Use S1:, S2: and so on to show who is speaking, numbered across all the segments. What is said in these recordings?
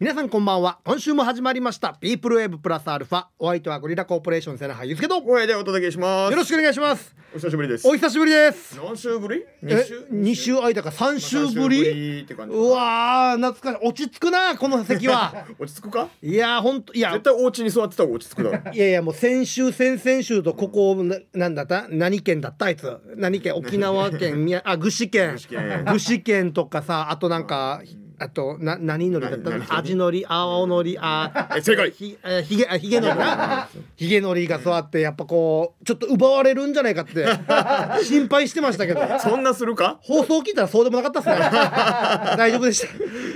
S1: 皆さんこんばんは今週も始まりました「ピープルウェーブプラスアルファ」お相手はゴリラコーポレーション瀬名葉ゆずけどよ
S2: 声でお届けします。
S1: ろしくお願いします
S2: お久しぶりです。
S1: お久しぶりです
S2: 何週ぶり？
S1: え二週空いたか三週ぶ
S2: 三週ぶ
S1: り
S2: りって感じ
S1: うわー懐かしい落ち着くなこの席 は
S2: 落ち着くか？
S1: いやーほんといや
S2: 絶対お家に座ってた方が落ち着くだろ。
S1: いやいやもう先週先々週とここななんだった何県だったあいつ何県沖縄 県宮あ具志堅
S2: 具志堅
S1: 具志堅とかさあとなんかあとな何のりだっ
S2: 何何海
S1: た
S2: 苔
S1: 味のり青のりあ
S2: え正解。
S1: ひあひげあひげのり なひげのりが座ってやっぱこうちょっと奪われるんじゃないかって 心配してましたけど
S2: そんなするか？
S1: 放送聞いたらそうでもなかったっす ね大丈夫でし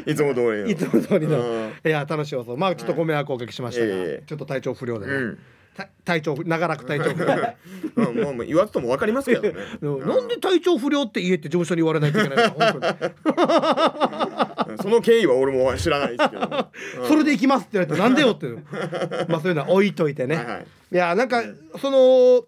S1: た
S2: いつも通りの。
S1: いつも通り
S2: う
S1: の
S2: ん
S1: いや楽しい放送まあちょっとご迷惑をおかけしましたが
S2: いえいえ
S1: ちょっと体調不良でね、
S2: うん
S1: た体調不長らく体 調不良
S2: うんもうもう言わずともわかりますけどね。
S1: うんなん で体調不良って言えって事務所に言われないといけないの 本当に
S2: うんその経緯は俺も知らないです けど。
S1: それで行きますって言われてなんでよっていう まあそういうのは置いといてね、
S2: はい
S1: い
S2: はい
S1: やなんかその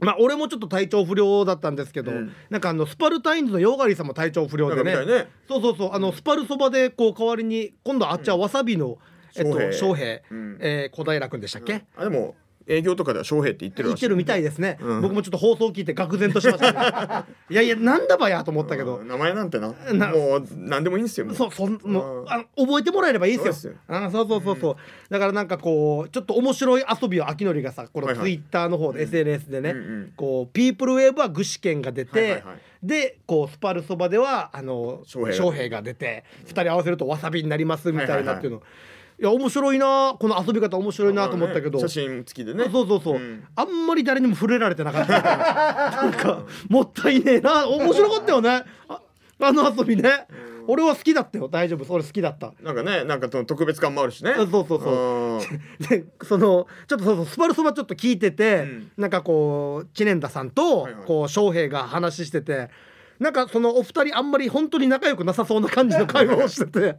S1: まあ俺もちょっと体調不良だったんですけど、
S2: うん
S1: なんかあのスパルタインズのヨガリさんも体調不良でね
S2: なんかみたいね
S1: そうそうそうあのスパルそばでこう代わりに今度あっちはわさびの、えっ
S2: 翔
S1: と
S2: 平
S1: 翔平、
S2: うん
S1: えー小平君でしたっけ、
S2: あでも営業とかでは翔平って言ってる
S1: 言
S2: ら
S1: っ
S2: しい
S1: て。るみたいですね、
S2: うん
S1: 僕もちょっと放送聞いて愕然としまし たけどいやいやなんだばやと思ったけど
S2: うん名前なんてな。
S1: な
S2: もう何でもいいんですよ。もう
S1: そうそんもう
S2: うん
S1: あの覚えてもらえればいいですよ。
S2: そうですよ
S1: あそうそうそうそう。だからなんかこうちょっと面白い遊びを秋のりがさこの
S2: はいは
S1: ツ
S2: い
S1: イッターの方で SNS でね
S2: うんうん
S1: こうピープルウェーブは具志堅が出
S2: はいは
S1: て
S2: いはい
S1: でこうスパルそばではあの
S2: 翔平
S1: 翔平が出て二人合わせるとわさびになりますみたいなっていうの。いや面白いなこの遊び方面白いなと思ったけど。
S2: 写真付きでね。
S1: そうそうそう、
S2: ん
S1: あんまり誰にも触れられてなか ったなんかもったいねえな面白かったよねああの遊びね、俺は好きだったよ大丈夫俺好きだった
S2: なんかね、なんかその特別感もあるしね。
S1: そうそうそ
S2: ん
S1: でそのちょっとそうそうスパルそばちょっと聞いてて、
S2: うん
S1: なんかこう知念田さんと、
S2: はいはい
S1: こう翔平が話しててなんかそのお二人あんまり本当に仲良くなさそうな感じの会話をしてて、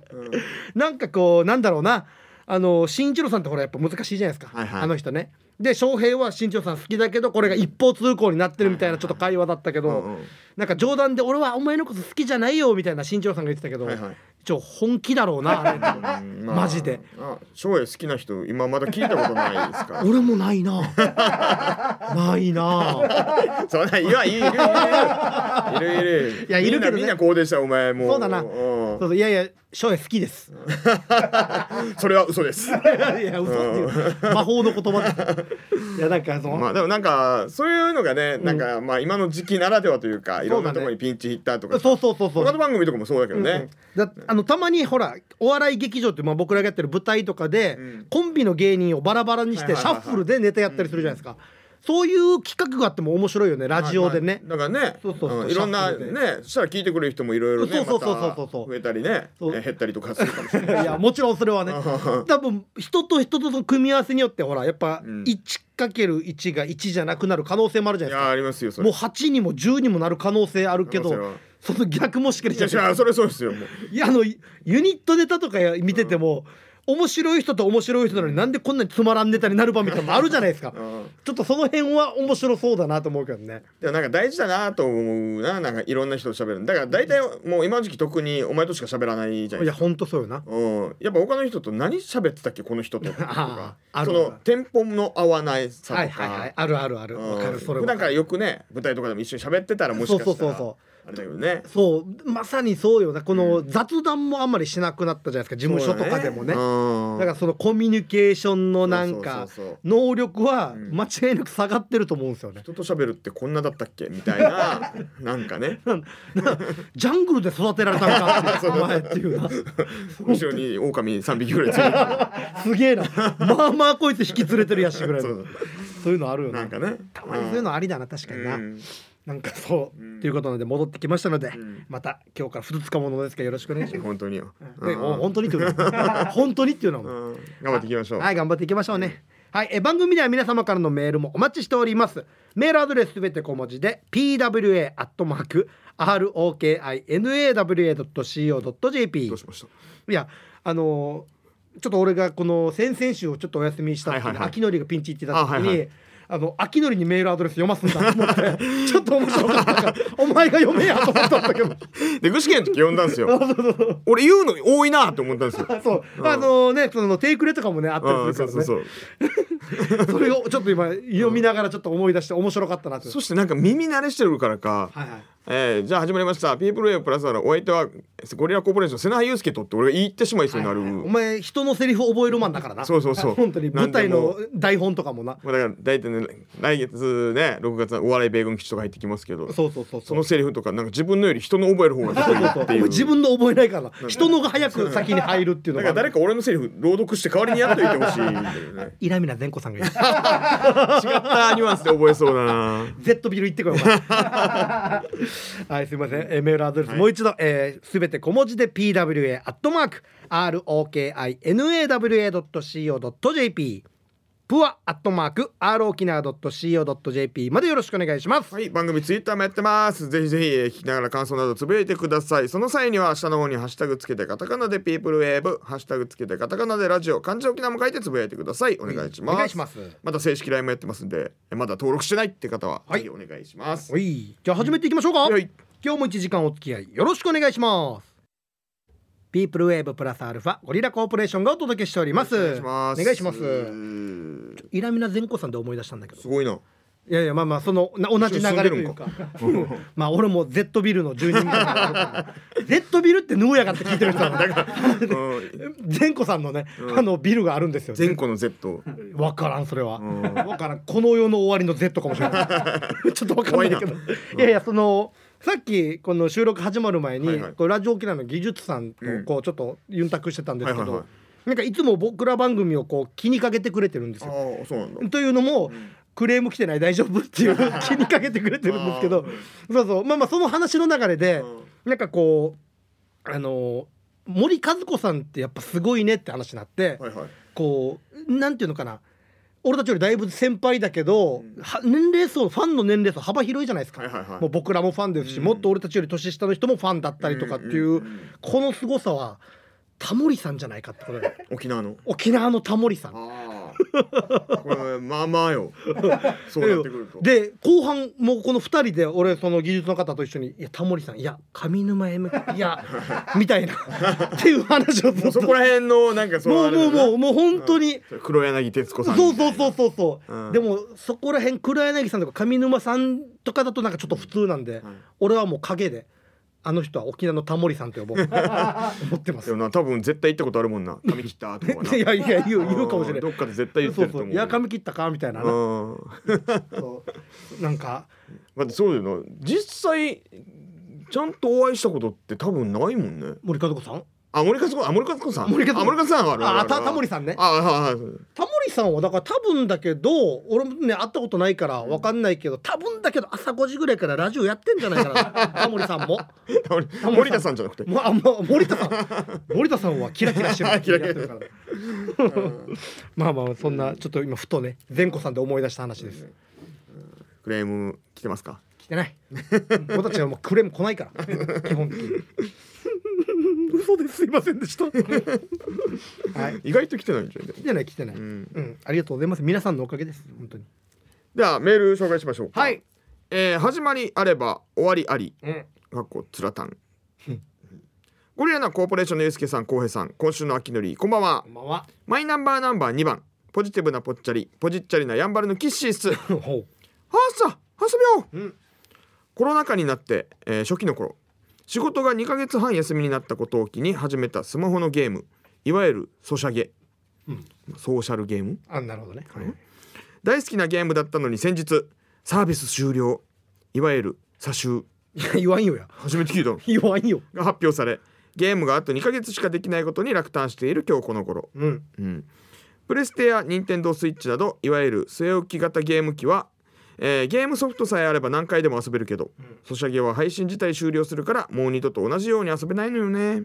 S1: なんかこうなんだろうなあの新一郎さんってほらやっぱ難しいじゃないですか、
S2: はいはい
S1: あの人ね。で翔平は新一郎さん好きだけどこれが一方通行になってるみたいなちょっと会話だったけど、
S2: うんうん
S1: なんか冗談で「俺はお前のこと好きじゃないよ」みたいな新一郎さんが言ってたけど、
S2: はいはい
S1: 一応本気だろうなあれって
S2: うんまあ
S1: マジで。
S2: あ翔英好きな人、今まだ聞いたことないです から。
S1: 俺もないなないな
S2: そんないや、いるいるいる。いるいる。
S1: いやいるけどね
S2: みんなみんなこうでした、お前もう。
S1: そうだな
S2: うん
S1: そうそういやいや翔平好きです
S2: それは 嘘です。
S1: いや嘘っていう魔法の言葉だいやなんかその、
S2: まあでもなんかそういうのがね、なんかまあ今の時期ならではというかいろんなところにピンチヒッターとかさ
S1: そうそうそうそう
S2: 他の番組とかもそうだけどね、
S1: だあのたまにほらお笑い劇場って、まあ、僕らがやってる舞台とかで、
S2: ん
S1: コンビの芸人をバラバラにして
S2: はい
S1: シ
S2: はいはい
S1: ャ
S2: は
S1: ッ
S2: い
S1: フルでネタやったりするじゃないですか、そういう企画があっても面白いよねラジオでね、
S2: だからね
S1: そうそうそうん
S2: いろんな
S1: シャッフル
S2: ねそしたら聞いてくれる人もいろいろね
S1: そうそうそうそう
S2: ま
S1: そう
S2: た増えたりね
S1: そう
S2: え減ったりとかするかもしれない
S1: いやもちろんそれはね多分人と人との組み合わせによってほらやっぱ
S2: ん
S1: 1×1 が1じゃなくなる可能性もあるじゃ
S2: い
S1: ないです
S2: や
S1: か
S2: ありますよそれ
S1: もう8にも10にもなる可能性あるけど
S2: 可能性は
S1: その逆もしかり
S2: いや
S1: ち
S2: 知
S1: ゃ
S2: ら
S1: う
S2: ないそれそうですよもう
S1: いやあのユニットネタとか見てても、面白い人と面白い人なのになんでこんなにつまらんネタになる場みたいなのあるじゃないですか、
S2: ん
S1: ちょっとその辺は面白そうだなと思うけどね
S2: でもなんか大事だなと思うななんかいろんな人と喋るだから大体もう今の時期特にお前としか喋らないじゃない
S1: い
S2: で
S1: や
S2: すか
S1: ほんとそうよな
S2: うん、やっぱ他の人と何喋ってたっけこの人とと
S1: あ
S2: か
S1: ーある
S2: そのテンポの合わないさとか、
S1: はいはいはいあるあるあるわかるそれ
S2: 普
S1: は
S2: 段からよくね舞台とかでも一緒に喋ってたらもしかしたら
S1: そう
S2: あれだけどね
S1: そうまさにそうよなこの雑談もあんまりしなくなったじゃないですか事務所とかでもね
S2: そ
S1: だ
S2: う
S1: か
S2: だね
S1: らそのコミュニケーションのなんか
S2: そうそうそう
S1: 能力は間違いなく下がってると思うんですよね
S2: 人と喋るってこんなだったっけみたい ななんかね
S1: ジャングルで育てられたのかっていうお前っていう な
S2: 後ろに狼三匹ぐらいついてる
S1: すげえなまあまあこいつ引き連れてるやしぐらい
S2: そ
S1: の
S2: う
S1: そういうのあるよ
S2: な
S1: ね
S2: んかね
S1: たまにそういうのありだな確かにな、
S2: うん
S1: なんかそう、ということなので戻ってきましたので、また今日から2日ものですからよろしくお願いします、
S2: 本当によ、うん
S1: でお本当にって いうのは本当にっていうのはもう
S2: うん頑張っていきましょう
S1: はい、頑張っていきましょうね。はい、えー番組では皆様からのメールもお待ちしております。メールアドレスすべて小文字で pwa アットマーク rokinawa.co.jp
S2: どう。しました
S1: いや、あのーちょっと俺がこの先々週をちょっとお休みした時に、
S2: はいはいはい
S1: 秋のりがピンチ行ってた時に、
S2: あはいは
S1: ああの秋のりにメールアドレス読ますんだと思って ちょっと面白かったからお前が読めやと思ったんだけど
S2: で具志堅の時呼んだん ですよ俺言うの多いなって思ったん ですよ
S1: そう、
S2: うん
S1: あのねそのテイクレとかもねあった
S2: うん
S1: りす
S2: そ
S1: る
S2: う
S1: からね
S2: そう
S1: そ
S2: そ う
S1: れをちょっと今読みながらちょっと思い出して面白かったなって
S2: そしてなんか耳慣れしてるからか、
S1: はいはい
S2: えーじゃあ始まりました「ピープルウェブプラスアラお相手はゴリラコーポレーション瀬名祐介と」って俺が言ってしまいそうになる、
S1: はいはいはいお前人のセリフ覚えるマンだからな
S2: そうそうそう
S1: 本当に舞台の台本とかもな
S2: まあ、だから大体ね来月ね6月はお笑い米軍基地とか入ってきますけど
S1: そうそうそう
S2: そ
S1: そう
S2: のセリフとかなんか自分のより人の覚える方が
S1: そうそう
S2: 得
S1: そ
S2: 意
S1: う
S2: ってい う
S1: 自分の覚えないからな人のが早く先に入るっていう
S2: だ
S1: の
S2: か
S1: が
S2: ら誰か俺のセリフ朗読して代わりにやっといてほしいんだよ ね
S1: イラミナ善子さんがいる
S2: 違ったニュアンスで覚えそうだな
S1: Z ビル行ってこいお 前はいすいませんえーメールアドレス、もう一度えーすべ、て小文字で PWA アットマーク ROKINAWA.CO.JP プアアットマーク ROKINAWA.CO.JP までよろしくお願いします
S2: はい番組ツイッターもやってますぜひぜひえー聞きながら感想などつぶやいてくださいその際には下の方にハッシュタグつけてカタカナでピープルウェーブハッシュタグつけてカタカナでラジオ漢字沖縄も書いてつぶやいてくださいお願いします
S1: お願いします
S2: また正式 LINE もやってますんでえまだ登録してないって方は
S1: は
S2: はいいお願いします
S1: はい、じゃあ始めていきましょうか。
S2: はい
S1: 今日も一時間お付き合いよろしくお願いします。ピープルウェーブプラスアルファゴリラコーポレーションがお届けしております。
S2: お願いします
S1: お願いします
S2: うーん
S1: イラミナ善子さんで思い出したんだけど
S2: す。ごいない
S1: やいやまあまあそのな同じ流れというか。まあ俺も Z ビルの住人みたい な。Z ビルってヌーヤがって聞いてる人なんだから。
S2: うん
S1: 善子さんのね、あのビルがあるんですよ。
S2: 前後の Z
S1: わからんそれは、
S2: ん
S1: わからんこの世の終わりの Z かもしれない ちょっとわかんないけど
S2: 怖い
S1: いやいやそのさっきこの収録始まる前に、
S2: はいはい
S1: こうラジオ沖縄の技術さんと
S2: うん
S1: こうちょっとユンタクしてたんですけど、
S2: はいはいはい
S1: なんかいつも僕ら番組をこう気にかけてくれてるんです
S2: あ
S1: よ。
S2: あそうなんだ
S1: というのも、クレーム来てない大丈夫っていう 気にかけてくれてるんですけどそうそうまあまあその話の流れで、なんかこうあの森和子さんってやっぱすごいねって話になって。
S2: はいはい
S1: こうなんていうのかな俺たちよりだいぶ先輩だけど、
S2: うん
S1: は年齢層ファンの年齢層幅広いじゃないですか、
S2: はいはいはい
S1: もう僕らもファンですし、
S2: うん
S1: もっと俺たちより年下の人もファンだったりとかっていう,、
S2: んんん
S1: この凄さはタモリさんじゃないかってことだよ
S2: 沖縄の
S1: 沖縄のタモリさん
S2: ああこれまあまあ よそうなってくると
S1: で後半もうこの2人で俺その技術の方と一緒に「いやタモリさんいや上沼 M いや」 みたい なっていう話をず
S2: も
S1: っ
S2: うそ
S1: と
S2: こら辺のなんかそ
S1: も
S2: の
S1: うもうもう
S2: う
S1: もう本当に、
S2: 黒柳徹子さん
S1: そうそうそうそうそう、
S2: うん
S1: でもそこら辺黒柳さんとか上沼さんとかだとなんかちょっと普通なんで、
S2: はい
S1: 俺はもう陰であの人は沖縄のタモリさんと呼 ぼう思ってま
S2: ですもな多分絶対行ったことあるもんな髪切ったとかない
S1: やいや言う言うかもしれ
S2: ん
S1: な
S2: ど
S1: い
S2: っかで絶対言って
S1: そう
S2: ると
S1: そ
S2: 思
S1: う
S2: う
S1: いや髪切ったかみたいなな
S2: うん
S1: そうなんか
S2: だってそうだよな実際ちゃんとお会いしたことって多分ないもんね
S1: 森和子さん
S2: あ森和子あ森和子さん
S1: 森和子
S2: あ森和子さんはある
S1: あ
S2: るる
S1: たタモリさんね
S2: あはいはい
S1: タモリさんはだから多分だけど俺もね会ったことないから分かんないけど多分だけど朝5時ぐらいからラジオやってんじゃない かなタモリさんも。
S2: タモリ森田さんじゃなくて
S1: もうあもう森田さ ん森田さんは キラキラしてる
S2: キラキラ
S1: やってるから まあまあそんなちょっと今ふとね善子さんで思い出した話です
S2: クレーム来てますか
S1: 来てない僕たちはもうクレーム来ないから 基本的に嘘ですすいませんでした はい
S2: 意外と来てないんじゃない
S1: 来てない来てない、
S2: ん
S1: うん、ありがとうございます皆さんのおかげです本当に
S2: ではメール紹介しましょうか
S1: はい、
S2: えー始まりあれば終わりあり
S1: うん、
S2: かっこつら たんゴリラなコーポレーションのゆうすけさんこうへいさん今週の秋のりこんばんは
S1: こんばんは
S2: マイナンバーナンバー2番ポジティブなぽっちゃりポジッチャリなやんばるのキッシーっす は
S1: ほ
S2: あさはさみょう、
S1: うん
S2: コロナ禍になって、えー初期の頃仕事が2ヶ月半休みになったことを機に始めたスマホのゲームいわゆるソシャゲ、
S1: うん
S2: ソーシャルゲーム
S1: うあなるほどね、
S2: はい大好きなゲームだったのに先日サービス終了いわゆる差集
S1: いや 言わんよや
S2: 初めて聞いたの
S1: 言わんよ
S2: が発表されゲームがあと2ヶ月しかできないことに落胆している今日この頃、
S1: うん
S2: うん、プレステや任天堂スイッチなどいわゆる据え置き型ゲーム機は、えーゲームソフトさえあれば何回でも遊べるけど、ソシャゲは配信自体終了するからもう二度と同じように遊べないのよね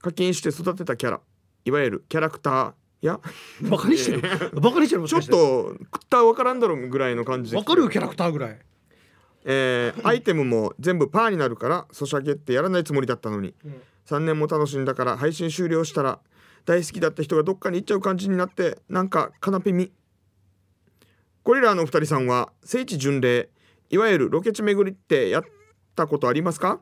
S2: 課金して育てたキャラいわゆるキャラクターや
S1: バカにしてる バカにしてるもし
S2: ちょ
S1: か
S2: っ
S1: して
S2: とクッター分からんだろうぐらいの感じで
S1: わかるよキャラクターぐらい
S2: えーアイテムも全部パーになるからソシャゲってやらないつもりだったのに、
S1: うん
S2: 3年も楽しんだから配信終了したら大好きだった人がどっかに行っちゃう感じになってなんかカナピミこれらのお二人さんは聖地巡礼いわゆるロケ地巡りってやったことありますか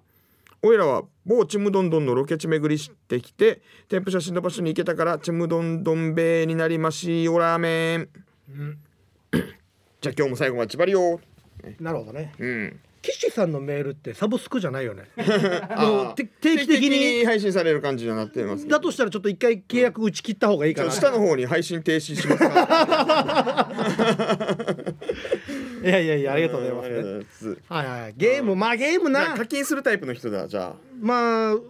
S2: おいらは某ちむどんどんのロケ地巡りしてきて添付写真の場所に行けたからちむどんどんべーになりましおラーメン、じゃあ今日も最後までちばりよ
S1: なるほどね
S2: うん
S1: 岸さんのメールってサブスクじゃないよね
S2: あー
S1: て定期的に
S2: 定配信される感じになってます
S1: だとしたらちょっと一回契約打ち切った方がいいかな
S2: 下の方に配信停止しますか
S1: いやいやいやありがとうございます
S2: ありがと
S1: ね
S2: うございます
S1: はいはいゲームまあゲーム
S2: な
S1: な
S2: 課金するタイプの人だじゃあ
S1: まああんまり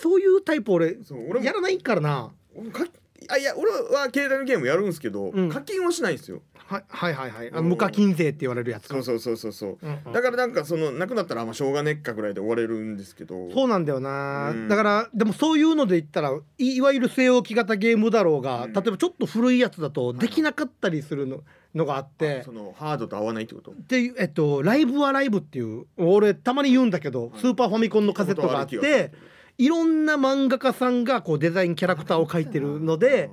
S1: そういうタイプ俺
S2: そう俺も
S1: やらないからな
S2: 俺かあいや俺は携帯のゲームやるんですけど、
S1: うん
S2: 課金はしないんですよ
S1: ははいはいはいあ
S2: う
S1: の
S2: ん
S1: 無課金税って言われるやつか
S2: そうそうそうそうそう、
S1: うんうん
S2: だからなんかそのなくなったらあんましょうがねっかぐらいで終われるんですけど
S1: そうなんだよな、
S2: うん
S1: だからでもそういうので言ったらいいわゆる据え置き型ゲームだろうが、
S2: うん
S1: 例えばちょっと古いやつだとできなかったりするの,、のがあって
S2: そのハードと合わないってこと
S1: で、えっと、ライブはライブっていう俺たまに言うんだけど、
S2: い
S1: スーパーファミコンのカセットがあっ
S2: 聞いたことある
S1: ていろんな漫画家さんがこうデザインキャラクターを描いてるので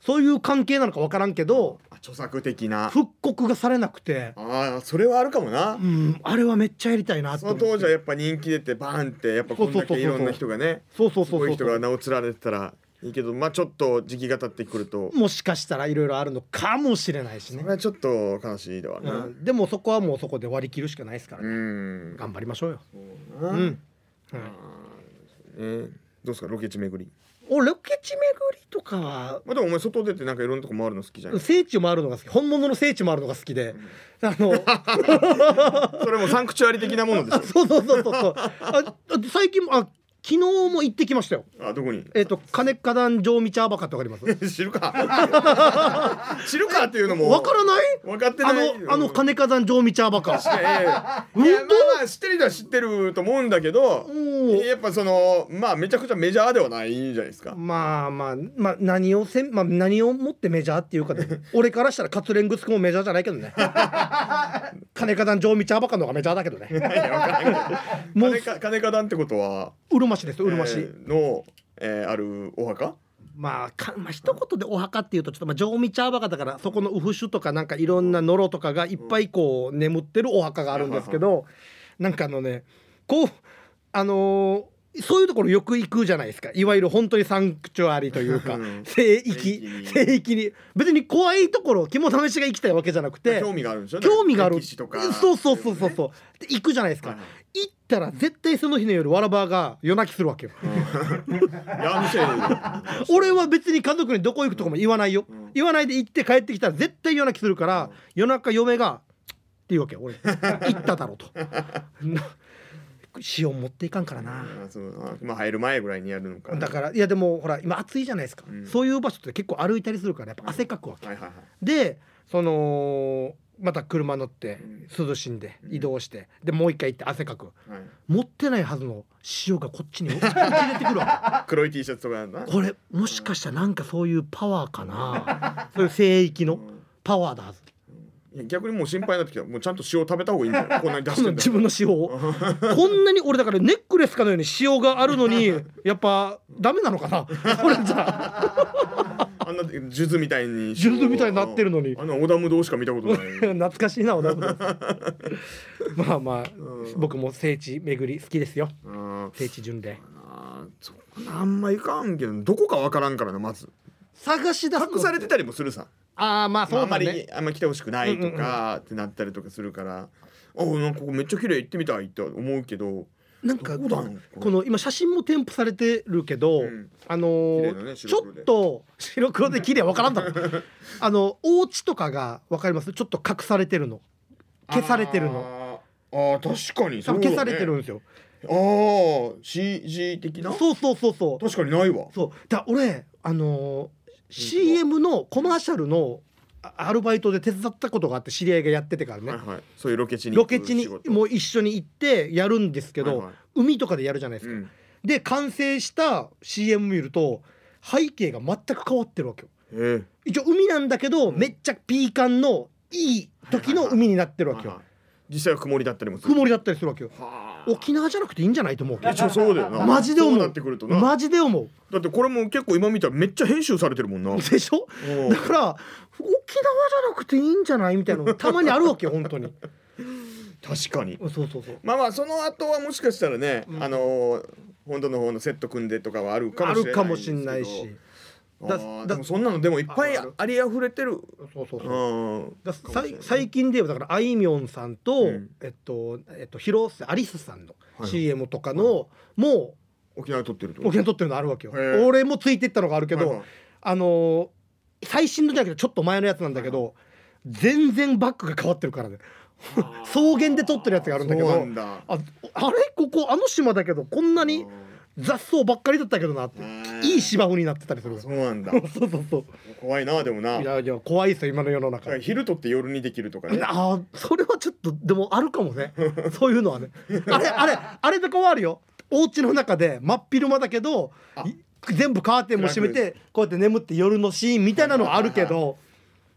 S1: そういう関係なのか分からんけど
S2: あ著作的な
S1: 復刻がされなくて、
S2: あーそれはあるかもな、
S1: うん、あれはめっちゃやりたいなって
S2: そ
S1: 思
S2: の
S1: って
S2: 当時はやっぱ人気出てバーンってやっぱこんだけいろんな人がね
S1: そうそう
S2: す
S1: そう
S2: ご
S1: そ
S2: いう人が名を連ねてたらいいけどまあちょっと時期が経ってくると
S1: もしかしたらいろいろあるのかもしれないし
S2: そ
S1: ね
S2: れ、はちょっと悲しいでは
S1: う、
S2: なん
S1: でもそこはもうそこで割り切るしかないですから、
S2: う
S1: ね
S2: ん
S1: 頑張りましょうよ、
S2: う
S1: うんん、
S2: えーどうですかロケ地巡り
S1: おロケ地巡りとかは
S2: まあでもお前外出てなんかいろんなとこ回るの好きじゃない
S1: 聖地を回るのが好き本物の聖地回るのが好きで、あの
S2: それもサンクチュアリ的なものでしょ
S1: あそうそうそうそうそうああと最近もあ昨日も行ってきましたよ
S2: あどこ に
S1: えっ、と金花壇城道アバカってわかります
S2: 知るか 知るかっていうのも
S1: わからない
S2: 分かって
S1: あ
S2: ない
S1: のあの金花壇城道アバカ
S2: いやいやいや
S1: 本当
S2: いやまあまあ知ってる人は知ってると思うんだけど
S1: うん
S2: やっぱそのまあめちゃくちゃメジャーではないんじゃないですか
S1: まあまあまあ何をせん、まあ、何をもってメジャーっていうかで 俺からしたらカツレングスクもメジャーじゃないけどね金花壇城道アバカの方がメジャーだけどね
S2: いやわからんけど
S1: もう
S2: 金か金か団ってことは
S1: うるま市ですうるま市、
S2: えーの、えーあるお墓
S1: まあかまあ一言でお墓っていうとちょっとまあ城道アバカだからそこのウフシュとかなんかいろんなノロとかがいっぱいこう眠ってるお墓があるんですけどなんかあのねこうあのーそういうところよく行くじゃないですかいわゆる本当にサンクチュアリというか
S2: うん
S1: 聖域
S2: 聖域に
S1: 聖域に別に怖いところ肝試しが行きたいわけじゃなくて
S2: 興味があるんでしょ
S1: 興味がある
S2: 歴史とか
S1: そうそうそうそうそうで行くじゃないですか
S2: はいは
S1: 行ったら絶対その日の夜わらばが夜泣きするわけよ
S2: やんせえよ
S1: 俺は別に家族にどこ行くとかも言わないよ、言わないで行って帰ってきたら絶対夜泣きするから、夜中嫁が「っていうわけよ俺行っただろうと な塩持っていかんからな
S2: あそうあまあ入る前ぐらいにやるのか
S1: だからいやでもほら今暑いじゃないですか、
S2: うん
S1: そういう場所って結構歩いたりするからやっぱ汗かくわけ、
S2: はいはいはい
S1: でそのまた車乗って涼しんで
S2: うん
S1: 移動してでもう一回行って汗かく
S2: はい
S1: 持ってないはずの塩がこっちに入れてくるわけ
S2: 黒い T シャツとかやんな
S1: これもしかしたらなんかそういうパワーかなそういう聖域のパワーだはず
S2: いや逆にもう心配になってきたもうちゃんと塩食べた方がいいんだよこんなに出して
S1: この
S2: んだ
S1: 自分の塩 をこんなに俺だからネックレスかのように塩があるの にやっぱダメなのかなこれじゃあ
S2: あんな数珠みたいに
S1: 数珠みたいになってるのに
S2: あんな織田無道しか見たことない
S1: 懐かしいな小田 君まあまあ僕も聖地巡り好きですよ
S2: うん
S1: 聖地巡礼
S2: あーそんなあんまいかんけどどこかわからんからなまず
S1: 探し出す
S2: 隠されてたりもするさ
S1: ああまあ
S2: まあ
S1: そ
S2: あ
S1: うん
S2: ま
S1: だ
S2: り
S1: ね
S2: あんま来てほしくないとかってなったりとかするからあなんかここめっちゃ綺麗行ってみたいって思うけど
S1: なんか
S2: どこだろう
S1: この今写真も添付されてるけど、
S2: うん
S1: あの
S2: 綺麗だ
S1: ー
S2: ね
S1: ちょ
S2: 白黒で
S1: っと白黒で綺麗わからんだろ あのお家とかがわかりますちょっと隠されてるの消されてるの
S2: のあーあー確かに
S1: 多
S2: そう
S1: 分
S2: だね
S1: 消されてるんですよ
S2: あー CG 的な
S1: そうそうそうそう
S2: 確かにないわ
S1: そうだ俺あのー CM のコマーシャルのあアルバイトで手伝ったことがあって知り合いがやっててからね、
S2: はいはい、そういうロケ地に
S1: ロケ地にもう一緒に行ってやるんですけ
S2: け
S1: ど、
S2: はいはい
S1: 海とかでやるじゃないです
S2: う
S1: か、
S2: ん、
S1: で完成した CM 見ると背景が全く変わってるわけよ
S2: えー、
S1: 一応海なんだけど、めっちゃピーカンのいい時の海になってるわけよ、
S2: はいはい実際は曇りだったりもする
S1: 曇りだったりするわけよ
S2: は
S1: 沖縄じゃなくていいんじゃないと思うけど
S2: 一応そうだよ な
S1: マジで思う
S2: そうなってくるとな、
S1: マジで思う
S2: だってこれも結構今見たらめっちゃ編集されてる もんな
S1: でしょだから沖縄じゃなくていいんじゃないみたいなのたまにあるわけよ本当に
S2: 確かに
S1: そうそうそう
S2: まあまあその後はもしかしたらね、
S1: うん
S2: あのー本土の方のセット組んでとかはあるかも
S1: あ
S2: しれない
S1: るかもしんないし
S2: あ
S1: だ
S2: ー
S1: だ
S2: でもそんなのでもいっぱい
S1: あるある
S2: ありあふれてる
S1: そうそう
S2: う
S1: そうんだ
S2: かもし
S1: さ
S2: れない
S1: い最近で言えばだからあいみょんさんと、
S2: うん
S1: えっとえっと広瀬アリスさんの
S2: はい
S1: CM とかの、も
S2: 沖縄で撮ってるって
S1: う
S2: こ
S1: 沖縄撮ってるのあるわけよ
S2: へー
S1: 俺もついてったのがある
S2: と
S1: けど、
S2: はいはい
S1: あのー最新のじゃなくてちょっと前のやつなんだけど、全然バックが変わってるからね草原で撮ってるやつがあるんだけど
S2: そうなんだ
S1: ああれここあの島だけどこんなに雑草ばっかりだったけどなって
S2: うん
S1: いい芝生になってたりする
S2: あ
S1: そ
S2: そうなん だ
S1: うそうそうそう
S2: 怖いなでもない
S1: やいや怖いですよ今の世の
S2: だ
S1: 中
S2: から昼撮って夜にできるとかね
S1: あーそれはちょっとでもあるかも ねそういうのはねあれあれあれとかはあるよお家の中で真っ昼間だけど
S2: あ
S1: い全部カーテンも閉めてこうやって眠って夜のシーンみたいなのはあるけど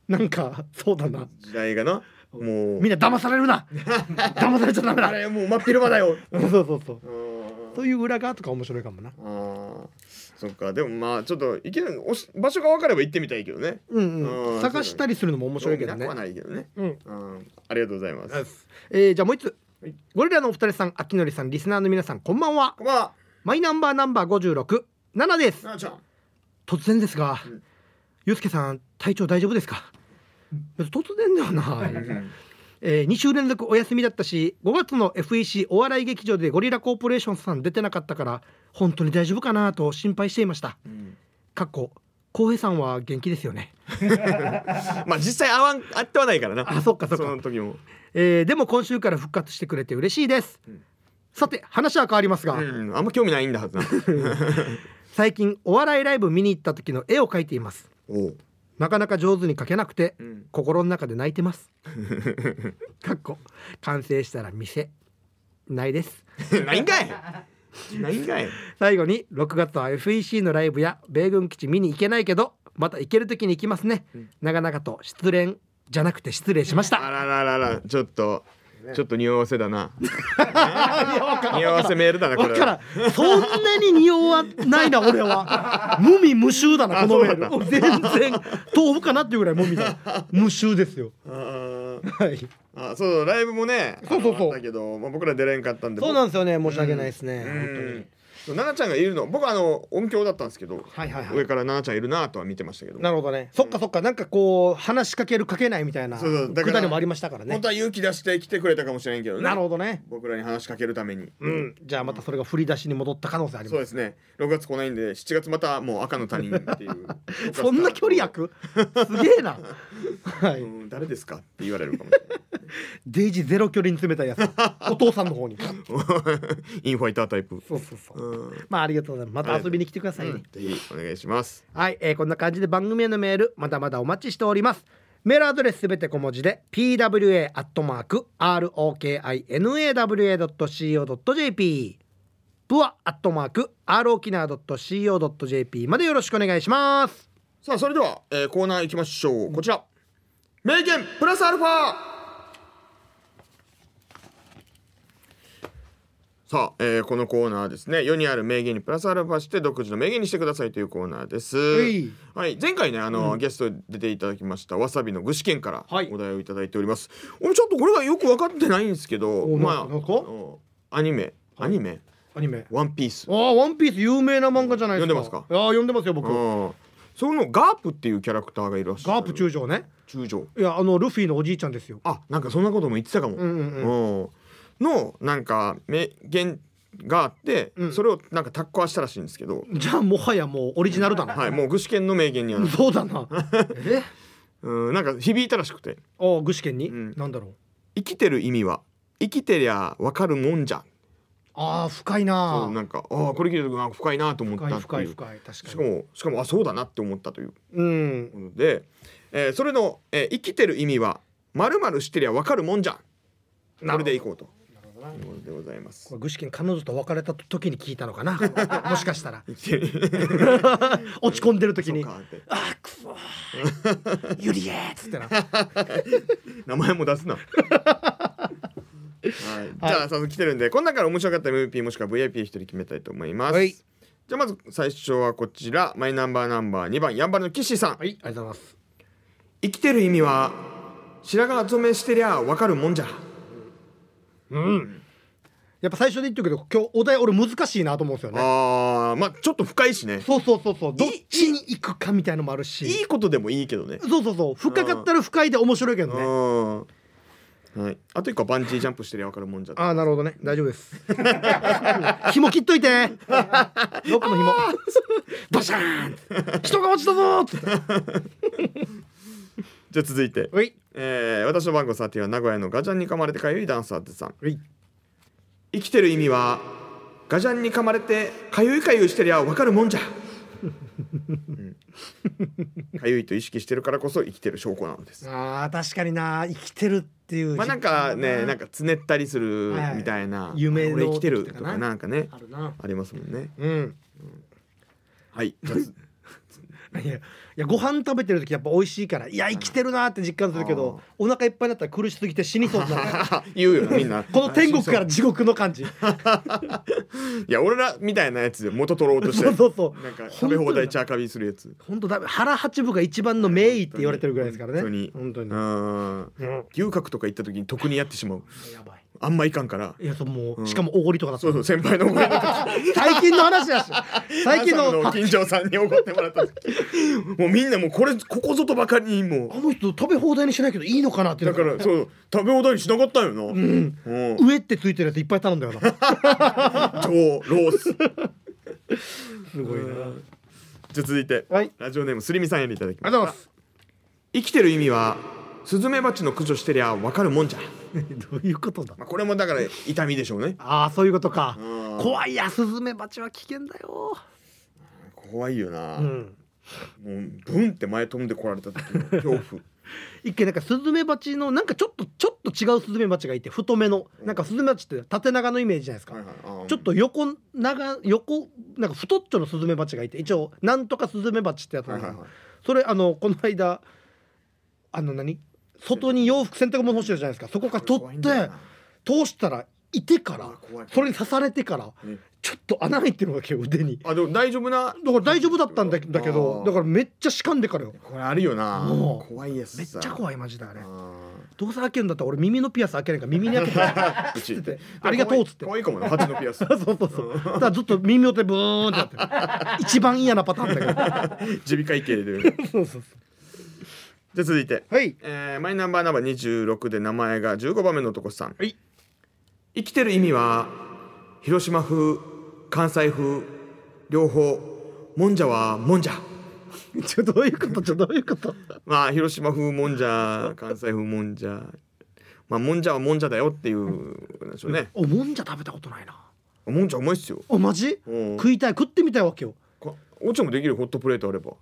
S1: なんかそうだな
S2: 時代がなもう
S1: みんな騙されるな騙されちゃダメ だ
S2: あれもう真っ昼間だよ
S1: そうそうそう
S2: うん
S1: そういう裏側とか面白いかもな
S2: あーそっかでもまあちょっと行けないおし場所が分かれば行ってみたいけどね
S1: うん
S2: う
S1: うんん探したりするのも面白いけど
S2: 興味な
S1: ね
S2: くはないけどね
S1: うん
S2: うんありがとうございます
S1: えーじゃあもう一つゴリラのお二人さん、秋のりさん、リスナーの皆さん、こんばんは。
S2: こんばんは
S1: マイナンバーナンバー五十六七です。
S2: なあちゃん
S1: 突然ですが
S2: うん、
S1: ゆうすけさん、体調大丈夫ですか。別に突然ではない。えー、2週連続お休みだったし5月の FEC お笑い劇場でゴリラコーポレーションさん出てなかったから本当に大丈夫かなと心配していました
S2: うん
S1: かっこ浩平さんは元気ですよね、
S2: まあ実際会わん会ってはないからな
S1: あそっかそっか
S2: の時も
S1: えーでも今週から復活してくれて嬉しいです、
S2: うん
S1: さて話は変わりますが、
S2: うんあんま興味ないんだはずな
S1: 最近お笑いライブ見に行った時の絵を描いています
S2: おう
S1: なかなか上手に描けなくて
S2: うん
S1: 心の中で泣いてます かっこ完成したら店ないです
S2: ないんかいないんかい
S1: 最後に6月は FEC のライブや米軍基地見に行けないけどまた行ける時に行きますね、
S2: ん
S1: 長々と失恋じゃなくて失礼しまし
S2: あ
S1: た
S2: ららららちょっとちょっと匂わせだな匂わせメールだなこ
S1: わ
S2: れ
S1: からんそんなに匂わないな俺 は無味無臭だなこのメール全然豆腐かなっていうぐらい無味 だ無臭ですよ
S2: あ
S1: は
S2: ー
S1: い
S2: あそうライブもね
S1: そうそうそう
S2: だけど、まあ、僕ら出れんかったんで
S1: そうなんですよね申し訳ないですね、
S2: 僕
S1: 本当
S2: う
S1: に
S2: んそう奈々ちゃんがいるの僕はあの音響だったんですけど、
S1: はいはいはい
S2: 上から奈々ちゃんいるなとは見てましたけど
S1: なるほどねそっかそっかなんかこう話しかけるかけないみたいな
S2: そうそうだ
S1: く
S2: から
S1: だりもありましたからね
S2: 本当は勇気出して来てくれたかもしれんけどね
S1: なるほどね
S2: 僕らに話しかけるために、
S1: うんじゃあまたそれが振り出しに戻った可能性あり
S2: そう
S1: ます
S2: ですね6月来ないんで7月またもう赤の他人っていう
S1: そんな距離
S2: く、
S1: 役すげえな は
S2: う
S1: い
S2: ん、誰ですかって言われるかも しれない
S1: デイジゼロ距離に詰めたや つお父さんの方に
S2: インファイタータイプ。
S1: そうそうそう
S2: うん。
S1: まあありがとうございますまた遊びに来てくださいね、
S2: ぜひお願いします。
S1: はい、えーこんな感じで番組へのメールまだまだお待ちしておりますメールアドレスすべて小文字で pwa.rokinawa.co.jp プアアットマーク rokina.co.jp までよろしくお願いします
S2: さあそれでは、えーコーナー行きましょう。こちら。名言プラスアルファ。さあ、えーこのコーナーはですね世にある名言にプラスアルファして独自の名言にしてくださいというコーナーです
S1: い
S2: はい前回ねあの、ゲストで出ていただきましたわさびの具志堅から
S1: はい
S2: お題をいただいております、俺ちょっとこれがよく分かってないんですけど
S1: お
S2: まあ
S1: ななんか
S2: あのアニメアニメ、
S1: アニメ
S2: ワンピース
S1: ああワンピース有名な漫画じゃないですか
S2: 読んでますか
S1: ああ読んでますよ僕ガ
S2: うんそのガープっていうキャラクターがいらっしゃる
S1: ープ中将ね
S2: 中将
S1: いやあのルフィのおじいちゃんですよ
S2: あなんかそんなことも言ってたかも、
S1: うんうんうん
S2: うんのなんか名言があって、
S1: うん
S2: それをなんかタッコはしたらしいんですけど、
S1: じゃあもはやもうオリジナルだ な、
S2: はい、もう具志堅の名言にはな
S1: そうだ なえ
S2: うんなんか響いたらしくて
S1: ああ具志堅に、
S2: うん
S1: なんだろう
S2: 「生きてる意味は生きてりゃわかるもんじゃん
S1: ああ深い」な
S2: そうなんかああこれ聞いた時なんか深いなと思った
S1: 深
S2: っ
S1: い
S2: ていう
S1: 深い深い確
S2: し
S1: か
S2: か
S1: に
S2: もしかもあそうだなって思ったという
S1: うん
S2: ことで、えーそれの、えー生きてる意味はまるまるしてりゃわかるもんじゃん」これでいこうと。ということでございます
S1: こ。れ具志堅彼女と別れた時に聞いたのか なもしかしたら
S2: 生きてる
S1: 落ち込んでる時に
S2: そう
S1: 「
S2: かって
S1: あーくそ ーゆりえ!」っつってな
S2: 名前も出すな。はい、じゃあ早速来てるんでこの中から面白かった MVP もしくは VIP1 人決めたいと思います、
S1: はい
S2: じゃあまず最初はこちらマイナンバーナンバー2番ヤンバルの岸さん、
S1: はいありがとうございます
S2: 生きてる意味は白髪染めしてりゃ分かるもんじゃ
S1: やっぱ最初で言ってるけど今日お題俺難しいなと思うんですよね
S2: あーまあちょっと深いしね
S1: そうそうそうそうどっちに行くかみたいのもあるし
S2: いいことでもいいけどね
S1: そうそうそう深かったら深いで面白いけど
S2: う
S1: ね
S2: ん、はい、あと一個はバンジージャンプしてりゃ分かるもんじゃ
S1: ああなるほどね大丈夫です紐切っとい てロックの紐バシャーン人が落ちたぞーっつって
S2: じゃあ続いて、
S1: おい
S2: えー私の番号サーティは名古屋のガジャンに噛まれてかゆいダンサーってさん
S1: おい
S2: 生きてる意味はガジャンに噛まれてかゆいかゆいしてりゃ分かるもんじゃうんかゆ、いと意識してるからこそ生きてる証拠なのです
S1: あー確かにな生きてるっていう
S2: まあなんかねなん
S1: か
S2: かつねったりする
S1: はい
S2: みたいな、
S1: 夢の
S2: 俺生きてる
S1: 時
S2: と
S1: とかな
S2: かなんかね
S1: あるな
S2: ありますもんね
S1: うん
S2: はいじゃあつ
S1: いやいやご飯食べてる時やっぱ美味しいからいや生きてるなって実感するけどお腹いっぱいになったら苦しすぎて死にそうになる
S2: 言うよなみん な
S1: この天国から地獄の感じ
S2: いや俺らみたいなやつで元取ろう として
S1: そうそうそう
S2: なんか食べ放題チャーカビするやつ
S1: 本当だめ原八分が一番の名医って言われてるぐらいですからね
S2: 本当に
S1: 本当に
S2: うん
S1: うん
S2: 牛角とか行った時に特にやってしまう
S1: やばい
S2: あんまいかんから
S1: いやそうもう、しかもおごりとかだった
S2: そうそう先輩のお前の時
S1: 最近の話 だし 最近の
S2: 朝
S1: あ
S2: 金城さんに怒ってもらった時もうみんなもうこれここぞとばかりにも
S1: あの人食べ放題にしないけどいいのかなって
S2: うだからそう食べ放題にしなかったよなうん
S1: 上ってついてるやついっぱい頼んだよな
S2: 超ロースじゃ
S1: すごいなあ
S2: あ続いて、
S1: はい
S2: ラジオネームすりみさんよりいただきま
S1: りがとう
S2: す
S1: ございます
S2: 生きてる意味はスズメバチの駆除してりゃわかるもんじゃ、
S1: どういうことだ
S2: まあ、これもだから痛みでしょうね
S1: ああそういうことか
S2: うん
S1: 怖いやスズメバチは危険だよ
S2: 怖いよな、
S1: うん
S2: もうブンって前飛んでこられた時の恐怖
S1: 一回なんかスズメバチのなんかちょっとちょっと違うスズメバチがいて太めのなんかスズメバチって縦長のイメージじゃないですか、
S2: はいはいあー
S1: ちょっと横長横なんか太っちょのスズメバチがいて一応なんとかスズメバチってやつなんです
S2: はいはいはい
S1: それあのこの間あの何外に洋服洗濯物干してるじゃないですかそこから取
S2: 怖い
S1: っ
S2: んだよ
S1: て
S2: な
S1: 通したらいてから
S2: 怖い怖い
S1: それに刺されてから
S2: うん
S1: ちょっと穴開いてるわけよ腕に
S2: あでも大丈夫な
S1: だから大丈夫だったんだけだけ
S2: あ
S1: ど
S2: ー
S1: だからめっちゃしかんでからよ
S2: これあるよな
S1: もう
S2: 怖いやつ
S1: めっちゃ怖いマジだあれ
S2: い
S1: どうせ開けるんだったら俺耳のピアス開けないから耳に開け て
S2: プチ って
S1: ありがとうっつって
S2: 可愛いかもな蜂のピアス
S1: そうそうそうだからずっと耳を手ブーンってやってる一番嫌なパターンだけど
S2: 耳鼻科医系でじゃ
S1: そうそうそ
S2: あ続いて、
S1: う はい
S2: えーマイナンバーナンバー26で名前が15番目の男さん
S1: はい
S2: 生きてる意味は広島風関西風両方もんじゃはもんじゃ
S1: ちょどういうことちょどういうこと
S2: まあ広島風もんじゃ関西風もんじゃまあもんじゃはもんじゃだよっていうことなんでしょうね
S1: おもんじゃ食べたことないな
S2: もんじゃうまいっすよ
S1: あマジ
S2: うん
S1: 食いたい食ってみたいわけよ
S2: こおちょもできるホットプレートあれば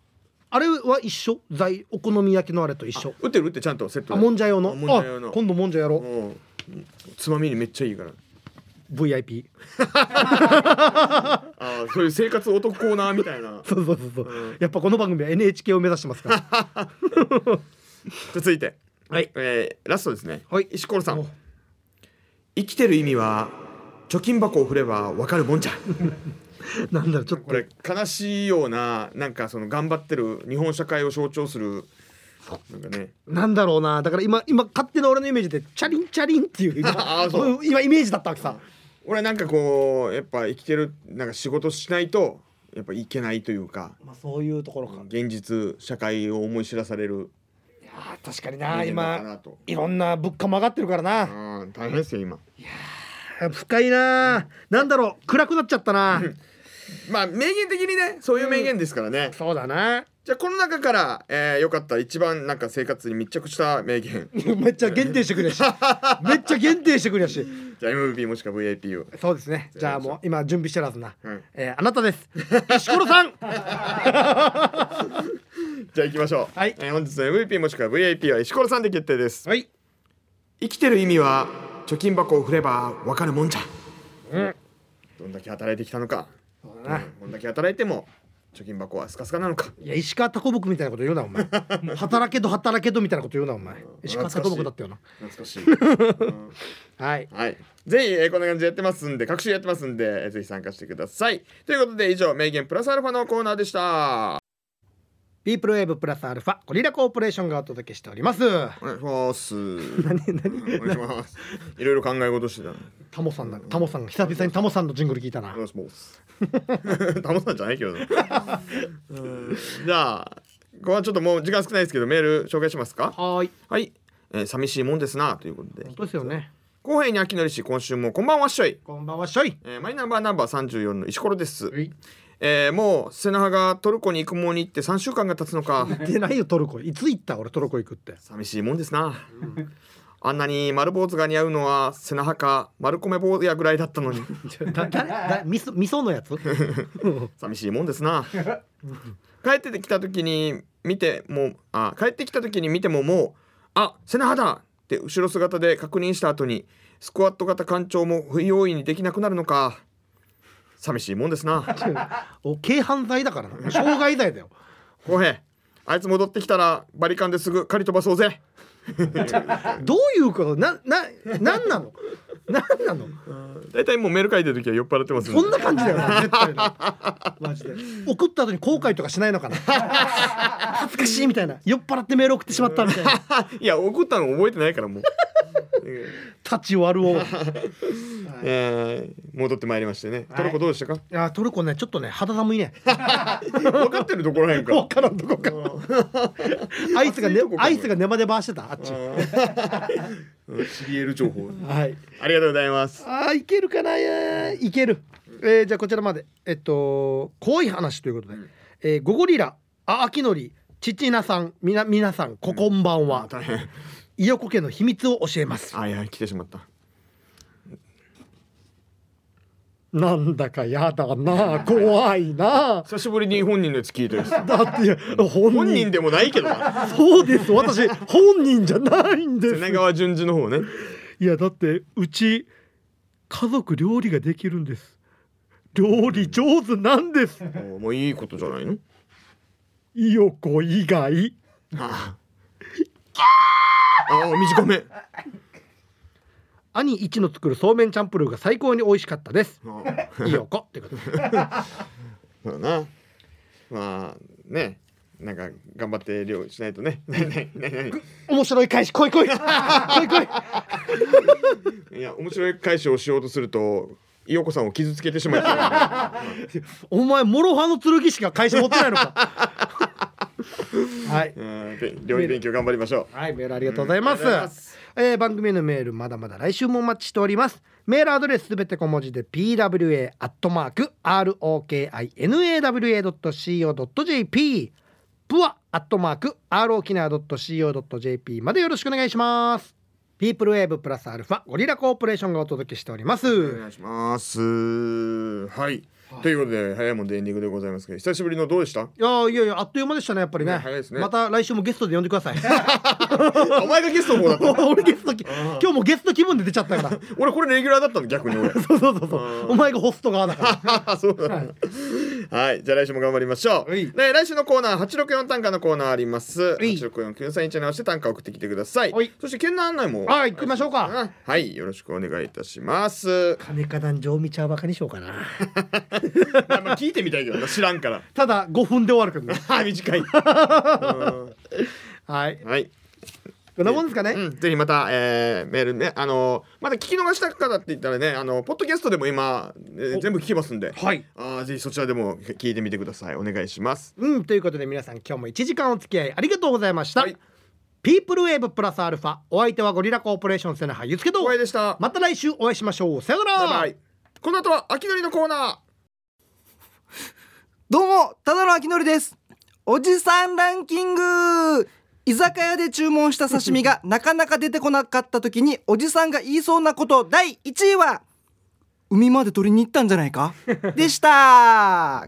S1: あれは一緒在お好み焼きのあれと一緒
S2: 打ってる打ってちゃんとセット
S1: あもんじゃ用の
S2: あもんじゃ用の
S1: あ今度もんじゃやろう
S2: うんつまみにめっちゃいいから
S1: VIP
S2: ああそういう生活お得コーナーみたいな
S1: そうそうそうそう、やっぱこの番組は NHK を目指してますから
S2: 続いて、
S1: はい
S2: えーラストですね、
S1: はい
S2: 石ころさん
S1: お
S2: 生きてる意味は貯金箱を振ればわかるもんじゃ
S1: なんだろうちょっ
S2: ことれ悲しいようななんかその頑張ってる日本社会を象徴するなんかね
S1: なんだろうなだから今今勝手な俺のイメージでチャリンチャリンって いう今
S2: あそう
S1: 今イメージだったわけさ
S2: 俺はなんかこうやっぱ生きてるなんか仕事しないとやっぱいけないというか
S1: まあそういうところか、い
S2: 現実社会を思い知らされる
S1: やー確かに
S2: 人
S1: な
S2: 間だったな
S1: 今
S2: と
S1: いろんな物価も上がってるからな、
S2: あー大変ですよ今
S1: 深いな、なんだろう暗くなっちゃったな、
S2: まあ名言的にねそういう名言ですからね、
S1: そうだな
S2: じゃあこの中から、えー、よかった一番なんか生活に密着した名言
S1: めっちゃ限定してくれやしめっちゃ限定してくれやし
S2: じゃあ MVP もしくは VIP を
S1: そうですねじゃあもう今準備してるはずな、
S2: はい
S1: えーあなたです石ころさ ん
S2: じゃあ行きましょう、
S1: はい
S2: えー本日の MVP もしくは VIP は石ころさんで決定です
S1: はい
S2: 生きてる意味は貯金箱を振ればわかるもんじゃ、どんだけ働いてきたのか
S1: そうだな
S2: こんだけ働いても貯金箱はスカスカなのか
S1: いや石川貴木みたいなこと言うなお前もう働けど働けどみたいなこと言うなお前
S2: うん
S1: 石川貴木だったよな
S2: 懐かし い、うん
S1: はい
S2: はい、ぜひ、えーこんな感じでやってますんで各種やってますんで、えーぜひ参加してくださいということで以上名言プラスアルファのコーナーでした
S1: ピープルウェーブプラスアルファゴリラコーポレーションがお届けしております
S2: お願いします何何お願いしますいろいろ考え事してたの
S1: タモさんだタモさんが久々にタモさんのジングル聞いたな
S2: お願いします 頼んだんじゃない けどねうんじゃあここはちょっともう時間少ないですけどメール紹介しますか
S1: はーい
S2: はい、えー寂しいもんですなということで
S1: そうですよね
S2: 後編に秋のりし今週もこんばんはっしょい、
S1: こんばんはしょい
S2: えーマイナンバーナンバー34の石ころです
S1: うい
S2: えー、もう瀬那覇がトルコに育毛に行って3週間が経つのか
S1: 行ってないよトルコいつ行った俺トルコ行く って
S2: 寂しいもんですなあんなに丸坊主が似合うのは瀬那覇か丸米坊やぐらいだったのに
S1: だだだみそみそのやつ うん
S2: 寂しいもんですな帰ってきた時に見てもあ帰ってきた時に見てももうあ瀬那覇だって後ろ姿で確認した後にスクワット型干潮も不用意にできなくなるのか寂しいもんですな
S1: お軽犯罪だからな傷害罪だ よ
S2: 浩平あいつ戻ってきたらバリカンですぐ狩り飛ばそうぜ
S1: どういうことなななんなのなんなの
S2: 大体もうメール書いてる時は酔っ払ってますんで
S1: そんな感じだよな絶対なマジで送った後に後悔とかしないのかな恥ずかしいみたいな酔っ払ってメール送ってしまったみたいない
S2: や怒ったの覚えてないからもう、
S1: 立ち悪 を
S2: えー戻ってまいりましてね、トルコどうでしたか
S1: いやトルコねちょっとね肌寒い ね
S2: 分かってるところへんか
S1: 分からんどこか アイスがね
S2: 暑いとこか
S1: アイスがネバネバしてたあっち
S2: うんシリエル情報
S1: はい
S2: ありがとうございます
S1: あーいけるかないやーいける、えーじゃあこちらまでえっと怖い話ということで、えーゴゴリラあ秋のりちちなさんみな皆さんここんばんは、
S2: 大変
S1: 伊予コ家の秘密を教えます
S2: あいや来てしまった
S1: なんだかやだな 怖いな
S2: 久しぶりに本人のやつ聞いたやつ
S1: だっていや本人
S2: 本人でもないけどな
S1: そうです私本人じゃないんです
S2: 瀬川淳二の方ね
S1: いやだってうち家族料理ができるんです料理上手なんです
S2: もうもういいことじゃないの
S1: 伊予子以外
S2: ああああ短めあ
S1: 兄一の作るそうめんチャンプルーが最高に美味しかったです
S2: あ
S1: いよこってことで
S2: そうだなまあねなんか頑張って料理しないとね 何何何
S1: 面白い返し来い来い来い来い
S2: 何いや面白い解消をしようとすると伊代子さんを傷つけてしまいそうな
S1: お前モロハの剣しか返し持ってないのかはい
S2: うんで料理勉強頑張りましょう
S1: はい、メールありがとうございます。
S2: うんありがとうございま
S1: えー番組へのメールまだまだ来週もお待ちしております。メールアドレスすべて小文字で pwa アットマーク r o k i n a w a ドット c o ドット j p プワアットマーク r o k i n a ドット c o ドット j p までよろしくお願いします。ピープルウェーブプラスアルファゴリラコーポレーションがお届けしております。
S2: お願いしますはいということで早いもんでエンディングでございますけど久しぶりのどうでした
S1: い やーいやいやあっという間でしたねやっぱりね
S2: ね早いですね
S1: また来週もゲストで呼んでく ださい
S2: お前がゲストの方だった
S1: 俺ゲストき今日もゲスト気分で出ちゃったから
S2: 俺これレギュラーだったの逆に俺
S1: そうそうそうそうお前がホスト側だから
S2: あ そうだはい、じゃあ来週も頑張りましょう、
S1: はい
S2: ね来週のコーナー864短歌のコーナーあります
S1: い
S2: 864九三一直して短歌送ってきてください、
S1: はい
S2: そして県内案内も
S1: はい行きましょうか
S2: あはいよろしくお願いいたします
S1: 金か団上見ちゃうバカにしようかな
S2: まあまあ聞いてみたいけどな知らんから
S1: ただ5分で終わるけどね
S2: あ 短い、うん
S1: はい
S2: はい
S1: こんなもんですかね、
S2: うん、ぜひまた、えーメールねあのまだ聞き逃した方って言ったらねあのポッドキャストでも今、えー全部聞けますんで、
S1: はい
S2: あーぜひそちらでも聞いてみてくださいお願いします
S1: うんということで皆さん今日も1時間お付き合いありがとうございました、
S2: はい
S1: ピープルウェーブプラスアルファお相手はゴリラコーポレーション瀬名葉ゆつけと
S2: お会いでした
S1: また来週お会いしましょうさよなら
S2: バイバイこの後は秋のりのコーナー
S3: どうも、ただのあきのりです。おじさんランキング居酒屋で注文した刺身がなかなか出てこなかった時におじさんが言いそうなこと第1位は海まで取りに行ったんじゃないかでした